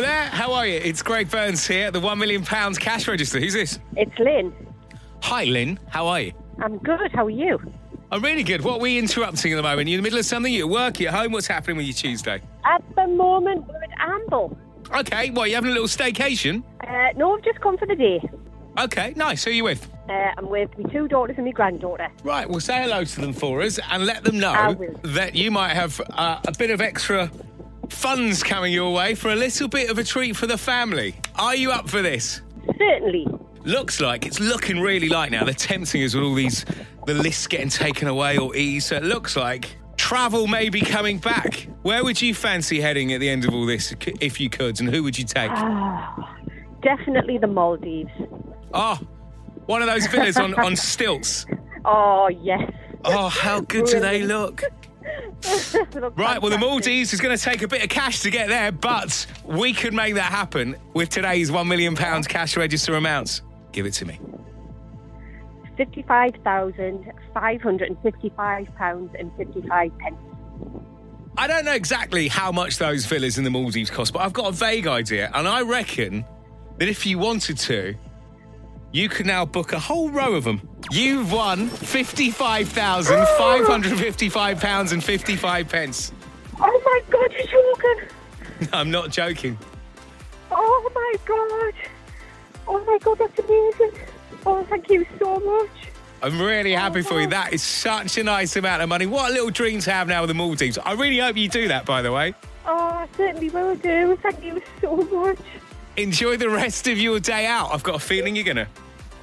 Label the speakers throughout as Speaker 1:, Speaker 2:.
Speaker 1: are you? It's Greg Burns here at the £1 million cash register. Who's this?
Speaker 2: It's Lynn.
Speaker 1: Hi, Lynn. How are you?
Speaker 2: I'm good. How are you?
Speaker 1: I'm really good. What are we interrupting at the moment? You're in the middle of something? You're at work? You're at home? What's happening with you Tuesday?
Speaker 2: At the moment, we're at Amble.
Speaker 1: Okay, well, you're having a little staycation?
Speaker 2: Uh, no, I've just come for the day.
Speaker 1: Okay, nice. Who are you with?
Speaker 2: Uh, I'm with my two daughters and my granddaughter.
Speaker 1: Right, well, say hello to them for us and let them
Speaker 2: I
Speaker 1: know
Speaker 2: will.
Speaker 1: that you might have uh, a bit of extra funds coming your way for a little bit of a treat for the family. Are you up for this?
Speaker 2: Certainly.
Speaker 1: Looks like it's looking really light now. They're tempting us with all these, the lists getting taken away or eased. So it looks like travel may be coming back. Where would you fancy heading at the end of all this c- if you could, and who would you take?
Speaker 2: Definitely the Maldives.
Speaker 1: Oh, one of those villas on, on stilts.
Speaker 2: Oh, yes.
Speaker 1: Oh, how good do they
Speaker 2: Brilliant.
Speaker 1: look?
Speaker 2: They look
Speaker 1: Right, well, the
Speaker 2: fantastic.
Speaker 1: Maldives is going to take a bit of cash to get there, but we could make that happen with today's £1 million cash register amounts. Give it to me.
Speaker 2: £55,555 and 55 pence.
Speaker 1: I don't know exactly how much those villas in the Maldives cost, but I've got a vague idea. And I reckon that if you wanted to, you could now book a whole row of them. You've won £55,555 and 55 pence.
Speaker 2: Oh, my God, you're joking.
Speaker 1: I'm not joking.
Speaker 2: Oh, my God. Oh, my God, that's amazing. Oh, thank you so much.
Speaker 1: I'm really happy for you. That is such a nice amount of money. What a little dream to have now with the Maldives. I really hope you do that, by the way.
Speaker 2: Oh, I certainly will do. Thank you so much.
Speaker 1: Enjoy the rest of your day out. I've got a feeling you're going to.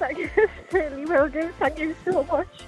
Speaker 2: Thank you. Certainly will do. Thank you so much.